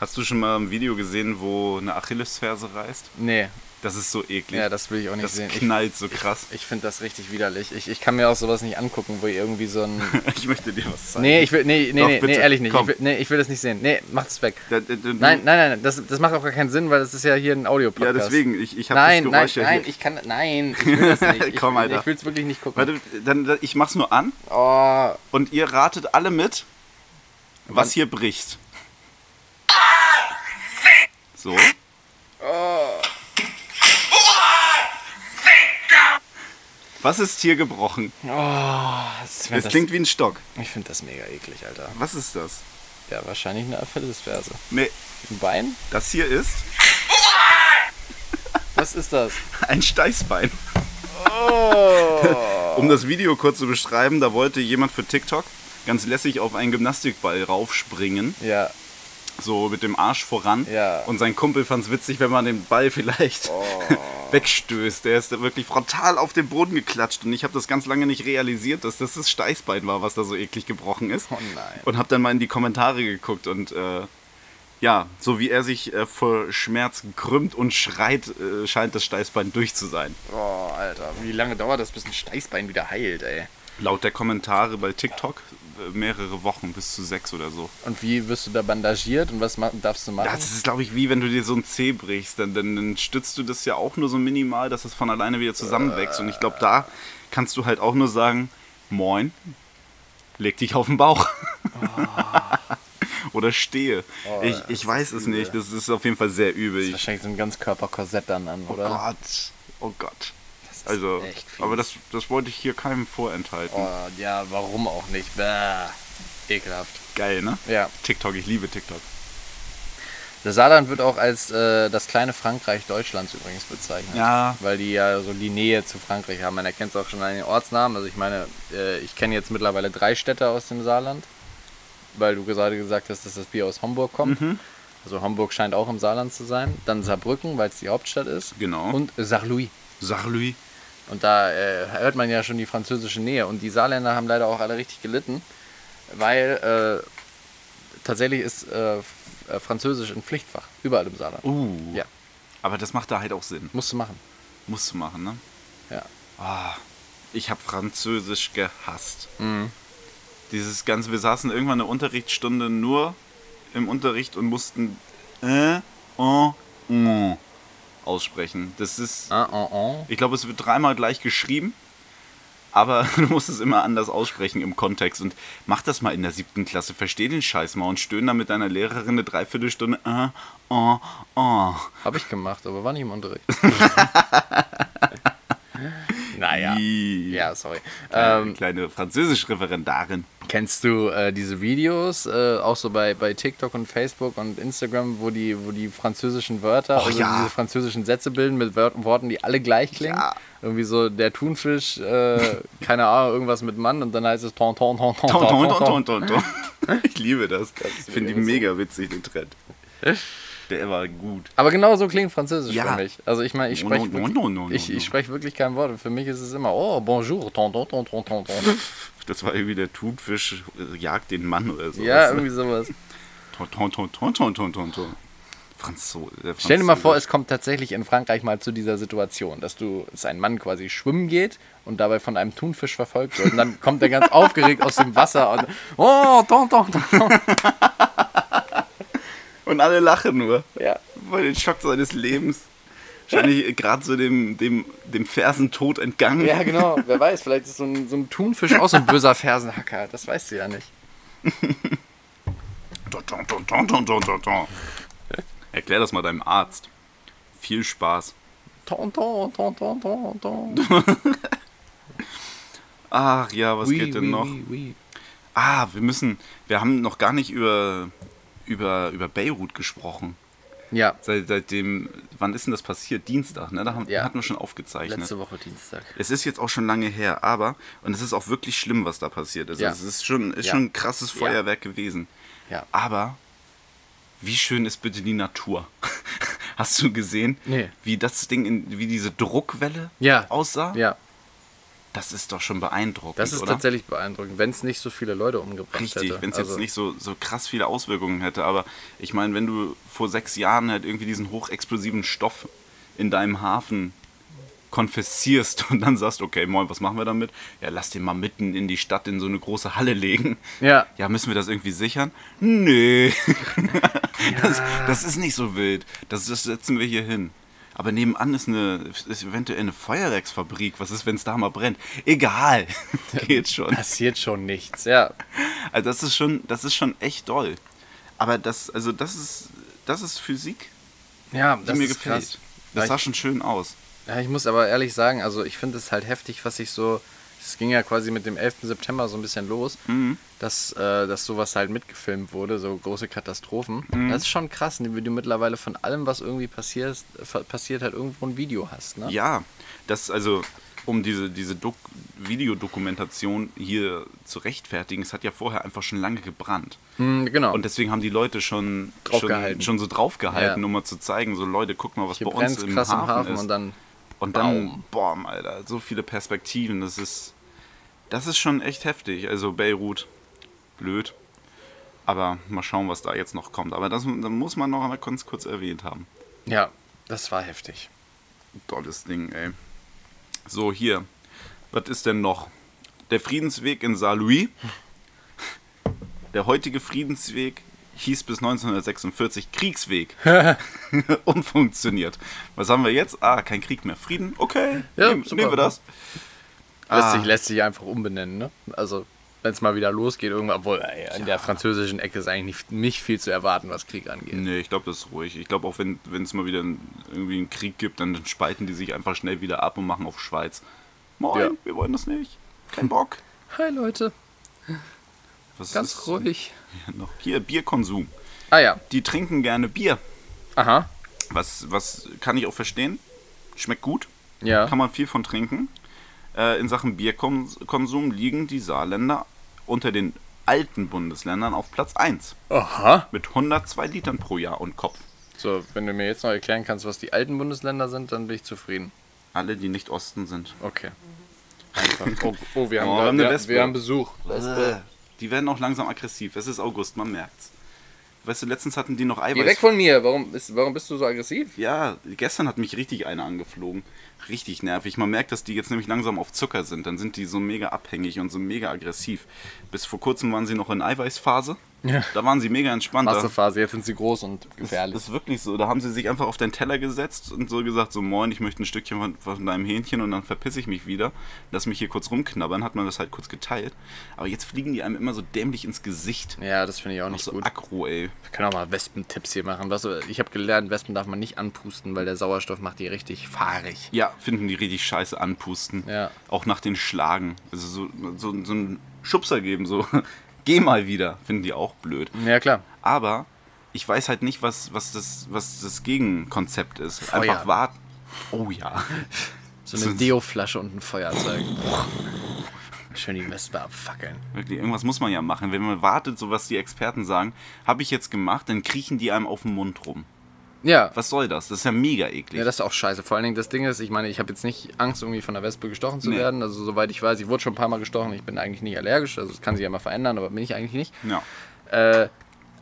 Speaker 2: Hast du schon mal ein Video gesehen, wo eine Achillesferse reißt?
Speaker 3: Nee,
Speaker 2: Das ist so eklig.
Speaker 3: ja, das will ich auch nicht
Speaker 2: das
Speaker 3: sehen. Ich,
Speaker 2: knallt so krass.
Speaker 3: ich finde das richtig widerlich. Ich, ich kann mir auch sowas nicht angucken, wo irgendwie so ein.
Speaker 2: <laughs> Ich, möchte dir was zeigen.
Speaker 3: Nee, ich will. Nee, nee,
Speaker 2: Doch,
Speaker 3: nee, nee
Speaker 2: bitte,
Speaker 3: ehrlich nicht. Ich
Speaker 2: komm.
Speaker 3: will, nee, ich will das nicht sehen. Nee, macht's weg.
Speaker 2: Da- da- da-
Speaker 3: Nein, nein, nein, das, das macht auch gar keinen Sinn, weil das ist ja hier ein
Speaker 2: Ja,
Speaker 3: Audio-Podcast.
Speaker 2: deswegen, ich, ich habe das
Speaker 3: Nein, nein,
Speaker 2: Geräusch ja
Speaker 3: nein,
Speaker 2: hier.
Speaker 3: ich kann. Nein, ich will das
Speaker 2: <laughs>
Speaker 3: nicht. Ich,
Speaker 2: Komm,
Speaker 3: will-
Speaker 2: Alter.
Speaker 3: ich will es wirklich nicht gucken.
Speaker 2: Warte, dann, ich mach's nur an
Speaker 3: Oh,
Speaker 2: und ihr ratet alle mit, was hier bricht. So. Was ist hier gebrochen?
Speaker 3: oh, das,
Speaker 2: Es klingt wie ein Stock.
Speaker 3: ich finde das mega eklig, Alter.
Speaker 2: Was ist das?
Speaker 3: Ja, wahrscheinlich eine Achillesferse.
Speaker 2: Nee,
Speaker 3: Ein Bein?
Speaker 2: das hier ist <laughs>
Speaker 3: Was ist das?
Speaker 2: ein Steißbein. <laughs> um das Video kurz zu beschreiben, da wollte jemand für TikTok ganz lässig auf einen Gymnastikball raufspringen.
Speaker 3: Ja,
Speaker 2: so mit dem Arsch voran.
Speaker 3: Ja. Oh.
Speaker 2: Und sein Kumpel fand es witzig, wenn man den Ball vielleicht <laughs> wegstößt. Der ist da wirklich frontal auf den Boden geklatscht. Und ich habe das ganz lange nicht realisiert, dass das das Steißbein war, was da so eklig gebrochen ist.
Speaker 3: Oh nein.
Speaker 2: Und habe dann mal in die Kommentare geguckt und äh, ja, so wie er sich äh, vor Schmerz krümmt und schreit, äh, scheint das Steißbein durch zu sein.
Speaker 3: oh, Alter. Wie lange dauert das, bis ein Steißbein wieder heilt, ey?
Speaker 2: Laut der Kommentare bei TikTok äh, mehrere Wochen, bis zu sechs oder so.
Speaker 3: Und wie wirst du da bandagiert und was ma- darfst du
Speaker 2: Ja,
Speaker 3: machen?
Speaker 2: das ist, glaube ich, wie wenn du dir so ein Zeh brichst. Dann, dann, dann stützt du das ja auch nur so minimal, dass es von alleine wieder zusammenwächst. Und ich glaube, da kannst du halt auch nur sagen, moin, leg dich auf den Bauch. <laughs> Oder stehe.
Speaker 3: Oh,
Speaker 2: ich ich weiß es nicht. Das ist auf jeden Fall sehr übel. Ich,
Speaker 3: wahrscheinlich so ein Ganzkörperkorsett dann an,
Speaker 2: oh
Speaker 3: oder?
Speaker 2: Gott. Oh Gott. Also,
Speaker 3: echt fies.
Speaker 2: aber das, das wollte ich hier keinem vorenthalten.
Speaker 3: Oh, ja, warum auch nicht? Bäh. Ekelhaft.
Speaker 2: Geil, ne?
Speaker 3: Ja.
Speaker 2: TikTok, ich liebe TikTok.
Speaker 3: Das Saarland wird auch als äh, das kleine Frankreich Deutschlands übrigens bezeichnet.
Speaker 2: Ja.
Speaker 3: Weil die ja so die Nähe zu Frankreich haben. Man erkennt es auch schon an den Ortsnamen. Also ich meine, äh, ich kenne jetzt mittlerweile drei Städte aus dem Saarland, weil du gerade gesagt hast, dass das Bier aus Homburg kommt.
Speaker 2: Mhm.
Speaker 3: Also Homburg scheint auch im Saarland zu sein. Dann Saarbrücken, weil es die Hauptstadt ist.
Speaker 2: Genau.
Speaker 3: Und Saarlouis.
Speaker 2: Sag Louis.
Speaker 3: Und da äh, hört man ja schon die französische Nähe. Und die Saarländer haben leider auch alle richtig gelitten, weil äh, tatsächlich ist äh, F- äh, Französisch ein Pflichtfach. Überall im Saarland.
Speaker 2: Uh.
Speaker 3: Ja,
Speaker 2: Aber das macht da halt auch Sinn.
Speaker 3: musst du machen.
Speaker 2: Musst du machen, ne?
Speaker 3: Ja.
Speaker 2: Ich habe Französisch gehasst.
Speaker 3: Mhm.
Speaker 2: Dieses ganze, wir saßen irgendwann eine Unterrichtsstunde nur im Unterricht und mussten äh, en, en aussprechen. Das ist,
Speaker 3: Ah, ah, ah.
Speaker 2: ich glaube, es wird dreimal gleich geschrieben, aber <laughs> du musst es immer anders aussprechen im Kontext. Und mach das mal in der siebten Klasse, versteh den Scheiß mal und stöhn dann mit deiner Lehrerin eine Dreiviertelstunde äh, en, en.
Speaker 3: <laughs> Habe ich gemacht, aber war nicht im Unterricht. Naja.
Speaker 2: Ii.
Speaker 3: Ja, sorry.
Speaker 2: Eine
Speaker 3: Ähm,
Speaker 2: kleine Französisch-Referendarin.
Speaker 3: Kennst du äh, diese Videos, äh, auch so bei, bei TikTok und Facebook und Instagram, wo die, wo die französischen Wörter,
Speaker 2: Och,
Speaker 3: also
Speaker 2: Oh ja.
Speaker 3: diese französischen Sätze bilden mit Wör Worten, die alle gleich klingen?
Speaker 2: Ja.
Speaker 3: Irgendwie so der
Speaker 2: <laughs>
Speaker 3: Thunfisch, äh, keine Ahnung, irgendwas mit Mann und dann heißt es ton ton ton ton ton ton. ton,
Speaker 2: <laughs> Ich liebe das. Ich finde die
Speaker 3: irgendwie
Speaker 2: mega witzig, den Trend. Der war gut.
Speaker 3: Aber genau so klingt Französisch
Speaker 2: Ja.
Speaker 3: für mich. Also ich meine, ich
Speaker 2: No, no,
Speaker 3: spreche
Speaker 2: no,
Speaker 3: wirklich,
Speaker 2: no, no, no,
Speaker 3: ich,
Speaker 2: no.
Speaker 3: ich sprech wirklich kein Wort. Und Für mich ist es immer, oh, bonjour, ton ton ton
Speaker 2: <laughs>
Speaker 3: ton ton ton.
Speaker 2: Das war irgendwie der Thunfisch äh, jagt den Mann oder so.
Speaker 3: ja,
Speaker 2: Weißt du?
Speaker 3: irgendwie sowas.
Speaker 2: Ton, ton, ton, ton, ton, ton, ton. äh, Franzose, der
Speaker 3: Stell dir mal vor,
Speaker 2: Franzose.
Speaker 3: es kommt tatsächlich in Frankreich mal zu dieser Situation, dass du, dass ein Mann quasi schwimmen geht und dabei von einem Thunfisch verfolgt wird. Und dann kommt er ganz <laughs> aufgeregt aus dem Wasser und oh, ton, ton, ton.
Speaker 2: Und alle lachen nur.
Speaker 3: Ja.
Speaker 2: Voll den Schock seines Lebens. Wahrscheinlich gerade so dem, dem, dem Fersentod entgangen.
Speaker 3: ja, genau. Wer weiß, vielleicht ist so ein, so ein Thunfisch auch so ein böser Fersenhacker. Das weißt du ja nicht.
Speaker 2: Ton, ton, ton, ton, ton, ton, ton, ton. Erklär das mal deinem Arzt. Viel Spaß.
Speaker 3: Ton, ton, ton, ton,
Speaker 2: <laughs>
Speaker 3: ton, ton.
Speaker 2: Ach ja, was
Speaker 3: Oui,
Speaker 2: geht denn
Speaker 3: oui,
Speaker 2: noch?
Speaker 3: oui, oui.
Speaker 2: Ah, wir müssen. Wir haben noch gar nicht über, über, über Beirut gesprochen.
Speaker 3: Ja,
Speaker 2: Seit, seit dem. Wann ist denn das passiert? Dienstag, ne? Da haben,
Speaker 3: Ja.
Speaker 2: hatten wir schon aufgezeichnet.
Speaker 3: letzte Woche Dienstag.
Speaker 2: Es ist jetzt auch schon lange her, aber, und es ist auch wirklich schlimm, was da passiert ist.
Speaker 3: Ja.
Speaker 2: Also es ist schon, ist
Speaker 3: Ja.
Speaker 2: schon ein krasses
Speaker 3: Ja.
Speaker 2: Feuerwerk gewesen.
Speaker 3: Ja.
Speaker 2: Aber wie schön ist bitte die Natur? <laughs> Hast du gesehen,
Speaker 3: Nee.
Speaker 2: wie das Ding, in, wie diese Druckwelle
Speaker 3: Ja.
Speaker 2: aussah?
Speaker 3: Ja,
Speaker 2: Das ist doch schon beeindruckend,
Speaker 3: das ist
Speaker 2: oder?
Speaker 3: tatsächlich beeindruckend, wenn es nicht so viele Leute umgebracht hätte.
Speaker 2: Richtig, wenn es
Speaker 3: Also-
Speaker 2: jetzt nicht so, so krass viele Auswirkungen hätte. Aber ich meine, wenn du vor sechs Jahren halt irgendwie diesen hochexplosiven Stoff in deinem Hafen konfessierst <laughs> und dann sagst, okay, moin, was machen wir damit? Ja, lass den mal mitten in die Stadt in so eine große Halle legen.
Speaker 3: Ja.
Speaker 2: Ja, müssen wir das irgendwie sichern? Nö. <laughs> Das, das ist nicht so wild. Das, das setzen wir hier hin. Aber nebenan ist, eine, ist eventuell eine Feuerwerksfabrik. Was ist, wenn es da mal brennt? Egal. <laughs> Geht schon.
Speaker 3: Passiert schon nichts, ja.
Speaker 2: Also das ist schon, das ist schon echt doll. Aber das, also das ist, das ist Physik,
Speaker 3: Ja,
Speaker 2: die mir gefällt. Das
Speaker 3: Weil
Speaker 2: sah schon schön aus.
Speaker 3: Ja, ich muss aber ehrlich sagen, also ich finde es halt heftig, was ich so. Es ging ja quasi mit dem 11. September so ein bisschen los,
Speaker 2: Mhm.
Speaker 3: dass, äh, dass sowas halt mitgefilmt wurde, so große Katastrophen.
Speaker 2: Mhm.
Speaker 3: Das ist schon krass, ne, wie du mittlerweile von allem, was irgendwie passiert, ver- passiert halt irgendwo ein Video hast. Ne?
Speaker 2: Ja, das, also um diese, diese Dok Videodokumentation hier zu rechtfertigen, es hat ja vorher einfach schon lange gebrannt.
Speaker 3: Mm, genau.
Speaker 2: Und deswegen haben die Leute schon, schon,
Speaker 3: Draufgehalten.
Speaker 2: schon so draufgehalten,
Speaker 3: Ja.
Speaker 2: um mal zu zeigen, so Leute, guck mal, was
Speaker 3: Hier
Speaker 2: bei uns
Speaker 3: brennt's
Speaker 2: im
Speaker 3: krass
Speaker 2: Hafen,
Speaker 3: im Hafen
Speaker 2: ist.
Speaker 3: und dann
Speaker 2: Und dann, boah, Alter, so viele Perspektiven. Das ist, das ist schon echt heftig. Also Beirut, blöd. Aber mal schauen, was da jetzt noch kommt. Aber das, das muss man noch einmal ganz kurz erwähnt haben.
Speaker 3: ja, das war heftig.
Speaker 2: Tolles Ding, ey. So, hier. Was ist denn noch? Der Friedensweg in Saint-Louis. <laughs> Der heutige Friedensweg hieß bis 1946
Speaker 3: <laughs>
Speaker 2: Kriegsweg. <laughs> Umfunktioniert. Was haben wir jetzt? Ah, kein Krieg mehr. Frieden? Okay.
Speaker 3: Ja,
Speaker 2: nehmen,
Speaker 3: super.
Speaker 2: nehmen wir das.
Speaker 3: Lässt,
Speaker 2: Ah.
Speaker 3: sich, lässt sich einfach umbenennen, ne? Also, wenn es mal wieder losgeht, irgendwann, obwohl ey, in der französischen Ecke ist eigentlich nicht, nicht viel zu erwarten, was Krieg angeht.
Speaker 2: Nee, ich glaube, das ist ruhig. Ich glaube, auch wenn wenn es mal wieder ein, irgendwie einen Krieg gibt, dann, dann spalten die sich einfach schnell wieder ab und machen auf Schweiz. Moin,
Speaker 3: Ja.
Speaker 2: wir wollen das nicht. Kein Bock.
Speaker 3: Hi Leute,
Speaker 2: Was
Speaker 3: ganz
Speaker 2: ist
Speaker 3: ruhig.
Speaker 2: Hier, noch? hier, Bierkonsum.
Speaker 3: Ah ja,
Speaker 2: Die trinken gerne Bier.
Speaker 3: aha,
Speaker 2: Was, was kann ich auch verstehen. Schmeckt gut.
Speaker 3: ja.
Speaker 2: Kann man viel von trinken. Äh, in Sachen Bierkonsum liegen die Saarländer unter den alten Bundesländern auf Platz 1
Speaker 3: Aha.
Speaker 2: mit 102 Litern pro Jahr und Kopf.
Speaker 3: So, wenn du mir jetzt noch erklären kannst, was die alten Bundesländer sind, dann bin ich zufrieden.
Speaker 2: Alle, die nicht Osten sind.
Speaker 3: Okay. Einfach. Oh, oh wir,
Speaker 2: <laughs>
Speaker 3: haben
Speaker 2: Oh,
Speaker 3: grad-
Speaker 2: wir haben eine
Speaker 3: wir, wir,
Speaker 2: Wespe.
Speaker 3: haben Besuch.
Speaker 2: Äh,
Speaker 3: Äh.
Speaker 2: Die werden auch langsam aggressiv. Es ist August, man merkt's. Weißt du, letztens hatten die noch
Speaker 3: Geh
Speaker 2: Eiweiß.
Speaker 3: weg von mir. Warum, ist, warum bist du so aggressiv?
Speaker 2: ja, gestern hat mich richtig einer angeflogen. Richtig nervig. Man merkt, dass die jetzt nämlich langsam auf Zucker sind. Dann sind die so mega abhängig und so mega aggressiv. Bis vor kurzem waren sie noch in Eiweißphase. Da waren sie mega entspannt. Da-
Speaker 3: Massephase, jetzt sind sie groß und gefährlich.
Speaker 2: Das ist wirklich so. Da haben sie sich einfach auf deinen Teller gesetzt und so gesagt, so moin, ich möchte ein Stückchen von, von deinem Hähnchen und dann verpisse ich mich wieder. Lass mich hier kurz rumknabbern, hat man das halt kurz geteilt. Aber jetzt fliegen die einem immer so dämlich ins Gesicht.
Speaker 3: ja, das finde ich auch
Speaker 2: Auch
Speaker 3: nicht
Speaker 2: so
Speaker 3: gut.
Speaker 2: aggro, ey.
Speaker 3: Wir können auch mal Wespentipps hier machen. Was, ich habe gelernt, Wespen darf man nicht anpusten, weil der Sauerstoff macht die richtig fahrig.
Speaker 2: Ja, finden die richtig scheiße anpusten.
Speaker 3: Ja.
Speaker 2: Auch nach den Schlagen. Also so, so, so einen Schubser geben, so. <laughs> Geh mal wieder, finden die auch blöd.
Speaker 3: Ja, klar.
Speaker 2: Aber ich weiß halt nicht, was, was, das, was das Gegenkonzept ist.
Speaker 3: Feuer.
Speaker 2: Einfach warten. Oh
Speaker 3: <laughs>
Speaker 2: ja.
Speaker 3: So eine
Speaker 2: Sind-
Speaker 3: Deo-Flasche und ein Feuerzeug. Schön die Wespe abfackeln.
Speaker 2: Wirklich, irgendwas muss man ja machen. Wenn man wartet, so was die Experten sagen, habe ich jetzt gemacht, dann kriechen die einem auf den Mund rum.
Speaker 3: Ja.
Speaker 2: Was soll das? Das ist ja mega eklig.
Speaker 3: Ja, das ist auch scheiße. Vor allen Dingen das Ding ist, ich meine, ich habe jetzt nicht Angst, irgendwie von der Wespe gestochen zu
Speaker 2: Nee.
Speaker 3: werden. Also soweit ich weiß, ich wurde schon ein paar Mal gestochen. Ich bin eigentlich nicht allergisch. Also es kann sich ja mal verändern, aber bin ich eigentlich nicht.
Speaker 2: ja.
Speaker 3: Äh,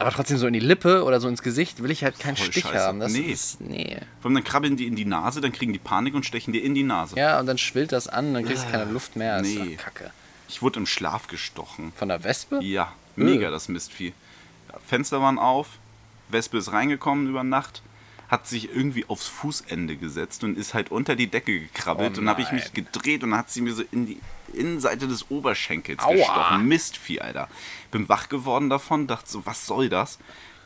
Speaker 3: aber trotzdem so in die Lippe oder so ins Gesicht will ich halt keinen
Speaker 2: Voll
Speaker 3: Stich
Speaker 2: scheiße.
Speaker 3: haben. Das
Speaker 2: Nee.
Speaker 3: ist, nee.
Speaker 2: Vor allem dann krabbeln die in die Nase, dann kriegen die Panik und stechen dir in die Nase.
Speaker 3: Ja, und dann schwillt das an, dann kriegst du keine Luft mehr. Das
Speaker 2: Ah, nee.
Speaker 3: ist doch kacke.
Speaker 2: Ich wurde im Schlaf gestochen.
Speaker 3: Von der Wespe?
Speaker 2: Ja,
Speaker 3: Äh.
Speaker 2: mega das Mistvieh. Ja, Fenster waren auf, Wespe ist reingekommen über Nacht, hat sich irgendwie aufs Fußende gesetzt und ist halt unter die Decke gekrabbelt.
Speaker 3: Oh
Speaker 2: und habe ich
Speaker 3: nein.
Speaker 2: mich gedreht und hat sie mir so in die Innenseite des Oberschenkels
Speaker 3: Aua.
Speaker 2: gestochen. Mistvieh, Alter. Bin wach geworden davon, dachte so, was soll das?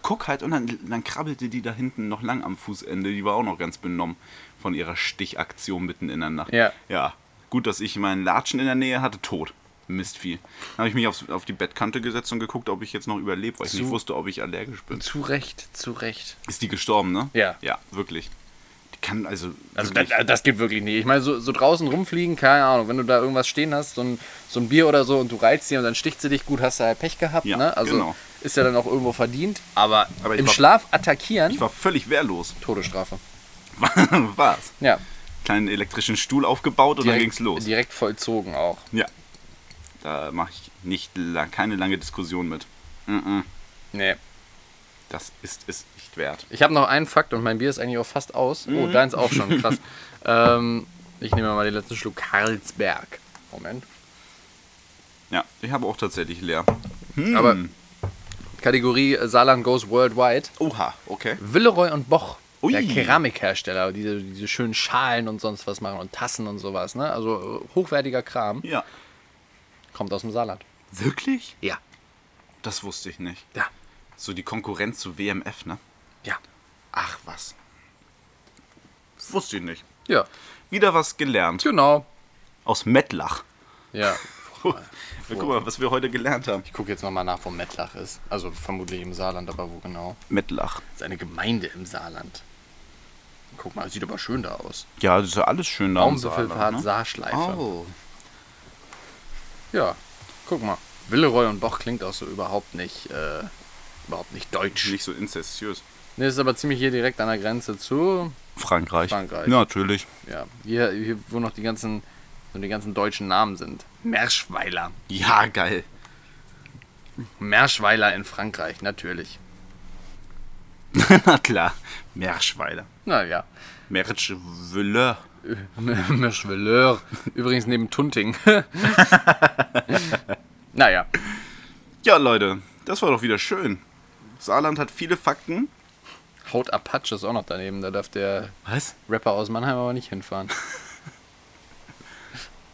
Speaker 2: Guck halt und dann, dann krabbelte die da hinten noch lang am Fußende. Die war auch noch ganz benommen von ihrer Stichaktion mitten in der Nacht.
Speaker 3: Ja.
Speaker 2: Ja, gut, dass ich meinen Latschen in der Nähe hatte, tot. Mistvieh. Dann habe ich mich aufs, auf die Bettkante gesetzt und geguckt, ob ich jetzt noch überlebe, weil ich nicht wusste, ob ich allergisch bin.
Speaker 3: Zu Recht, zu Recht.
Speaker 2: Ist die gestorben, ne?
Speaker 3: Ja.
Speaker 2: Ja, wirklich. Die kann also.
Speaker 3: Also das,
Speaker 2: wirklich-
Speaker 3: das geht wirklich nicht. Ich meine, so, so draußen rumfliegen, keine Ahnung, wenn du da irgendwas stehen hast, so ein, so ein Bier oder so und du reizt sie und dann sticht sie dich gut, hast du halt Pech gehabt.
Speaker 2: Ja,
Speaker 3: ne? Also
Speaker 2: genau.
Speaker 3: ist ja dann auch irgendwo verdient. Aber,
Speaker 2: Aber ich
Speaker 3: im
Speaker 2: war-
Speaker 3: Schlaf attackieren,
Speaker 2: ich war völlig wehrlos. <laughs>
Speaker 3: Todesstrafe.
Speaker 2: War's.
Speaker 3: Ja.
Speaker 2: Kleinen elektrischen Stuhl aufgebaut und dann ging's los.
Speaker 3: Direkt vollzogen auch.
Speaker 2: Ja. Da mache ich nicht la keine lange Diskussion mit.
Speaker 3: Nee.
Speaker 2: Das ist es nicht wert.
Speaker 3: Ich habe noch einen Fakt und mein Bier ist eigentlich auch fast aus. Oh,
Speaker 2: Mhm.
Speaker 3: deins auch schon,
Speaker 2: <laughs>
Speaker 3: krass. ähm, ich nehme mal den letzten Schluck Karlsberg. Moment.
Speaker 2: Ja, ich habe auch tatsächlich leer.
Speaker 3: Aber
Speaker 2: Mhm.
Speaker 3: Kategorie äh, Saarland Goes Worldwide.
Speaker 2: Oha, okay.
Speaker 3: Willeroy und Boch,
Speaker 2: Ui.
Speaker 3: der Keramikhersteller, diese, diese schönen Schalen und sonst was machen und Tassen und sowas, ne? Also äh, hochwertiger Kram
Speaker 2: Ja.
Speaker 3: kommt aus dem Saarland.
Speaker 2: Wirklich?
Speaker 3: Ja.
Speaker 2: Das wusste ich nicht.
Speaker 3: Ja.
Speaker 2: So die Konkurrenz zu WMF, ne?
Speaker 3: Ja.
Speaker 2: Ach was. Das wusste ich nicht.
Speaker 3: Ja,
Speaker 2: Wieder was gelernt.
Speaker 3: genau.
Speaker 2: Aus Mettlach.
Speaker 3: Ja.
Speaker 2: Na, guck mal, was wir heute gelernt haben.
Speaker 3: Ich gucke jetzt nochmal nach, wo Mettlach ist. Also vermutlich im Saarland, aber wo genau?
Speaker 2: Mettlach.
Speaker 3: Das ist eine Gemeinde im Saarland. Guck mal, sieht aber schön da aus.
Speaker 2: Ja, das ist ja alles schön da. im
Speaker 3: Baumbefehlfahrt
Speaker 2: Saarland, ne?
Speaker 3: Saarschleife.
Speaker 2: Oh.
Speaker 3: Ja, guck mal. Willeroy und Boch klingt auch so überhaupt nicht, äh, überhaupt nicht deutsch.
Speaker 2: Nicht so inzestiös.
Speaker 3: Ne, ist aber ziemlich hier direkt an der Grenze zu
Speaker 2: Frankreich.
Speaker 3: Frankreich.
Speaker 2: Ja, natürlich.
Speaker 3: Ja, hier, hier wo noch die ganzen, wo die ganzen deutschen Namen sind. Merschweiler.
Speaker 2: Ja, geil.
Speaker 3: Merschweiler in Frankreich, natürlich.
Speaker 2: <laughs> Na klar. Merschweiler.
Speaker 3: Naja.
Speaker 2: Merschwüller.
Speaker 3: <laughs> Merschwelleur. Äh, Übrigens neben
Speaker 2: <laughs>
Speaker 3: Tunting. naja.
Speaker 2: Ja, Leute, das war doch wieder schön. Saarland hat viele Fakten.
Speaker 3: Haut Apache ist auch noch daneben, da darf der
Speaker 2: Was?
Speaker 3: Rapper aus Mannheim aber nicht
Speaker 2: <laughs>
Speaker 3: hinfahren.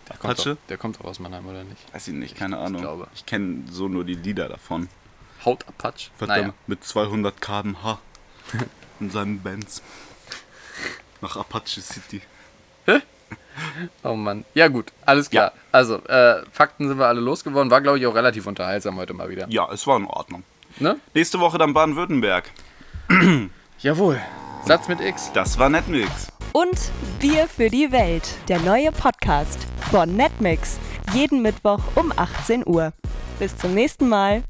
Speaker 3: Der kommt,
Speaker 2: Apache?
Speaker 3: doch, der kommt doch aus Mannheim, oder nicht?
Speaker 2: Weiß ich nicht, keine Ahnung.
Speaker 3: glaube.
Speaker 2: Ich kenne so nur die Lieder davon.
Speaker 3: Haut Apache?
Speaker 2: Verdammt,
Speaker 3: Naja.
Speaker 2: mit 200 km/h <laughs> in seinem Benz. Nach Apache City.
Speaker 3: Oh Mann. Ja gut, alles klar.
Speaker 2: Ja.
Speaker 3: Also, äh, Fakten sind wir alle losgeworden. War, glaube ich, auch relativ unterhaltsam heute mal wieder.
Speaker 2: Ja, es war in Ordnung.
Speaker 3: Ne?
Speaker 2: Nächste Woche dann Baden-Württemberg.
Speaker 3: Jawohl. Satz mit X.
Speaker 2: Das war Netmix.
Speaker 1: Und Bier für die Welt, der neue Podcast von Netmix. Jeden Mittwoch um 18 Uhr. Bis zum nächsten Mal.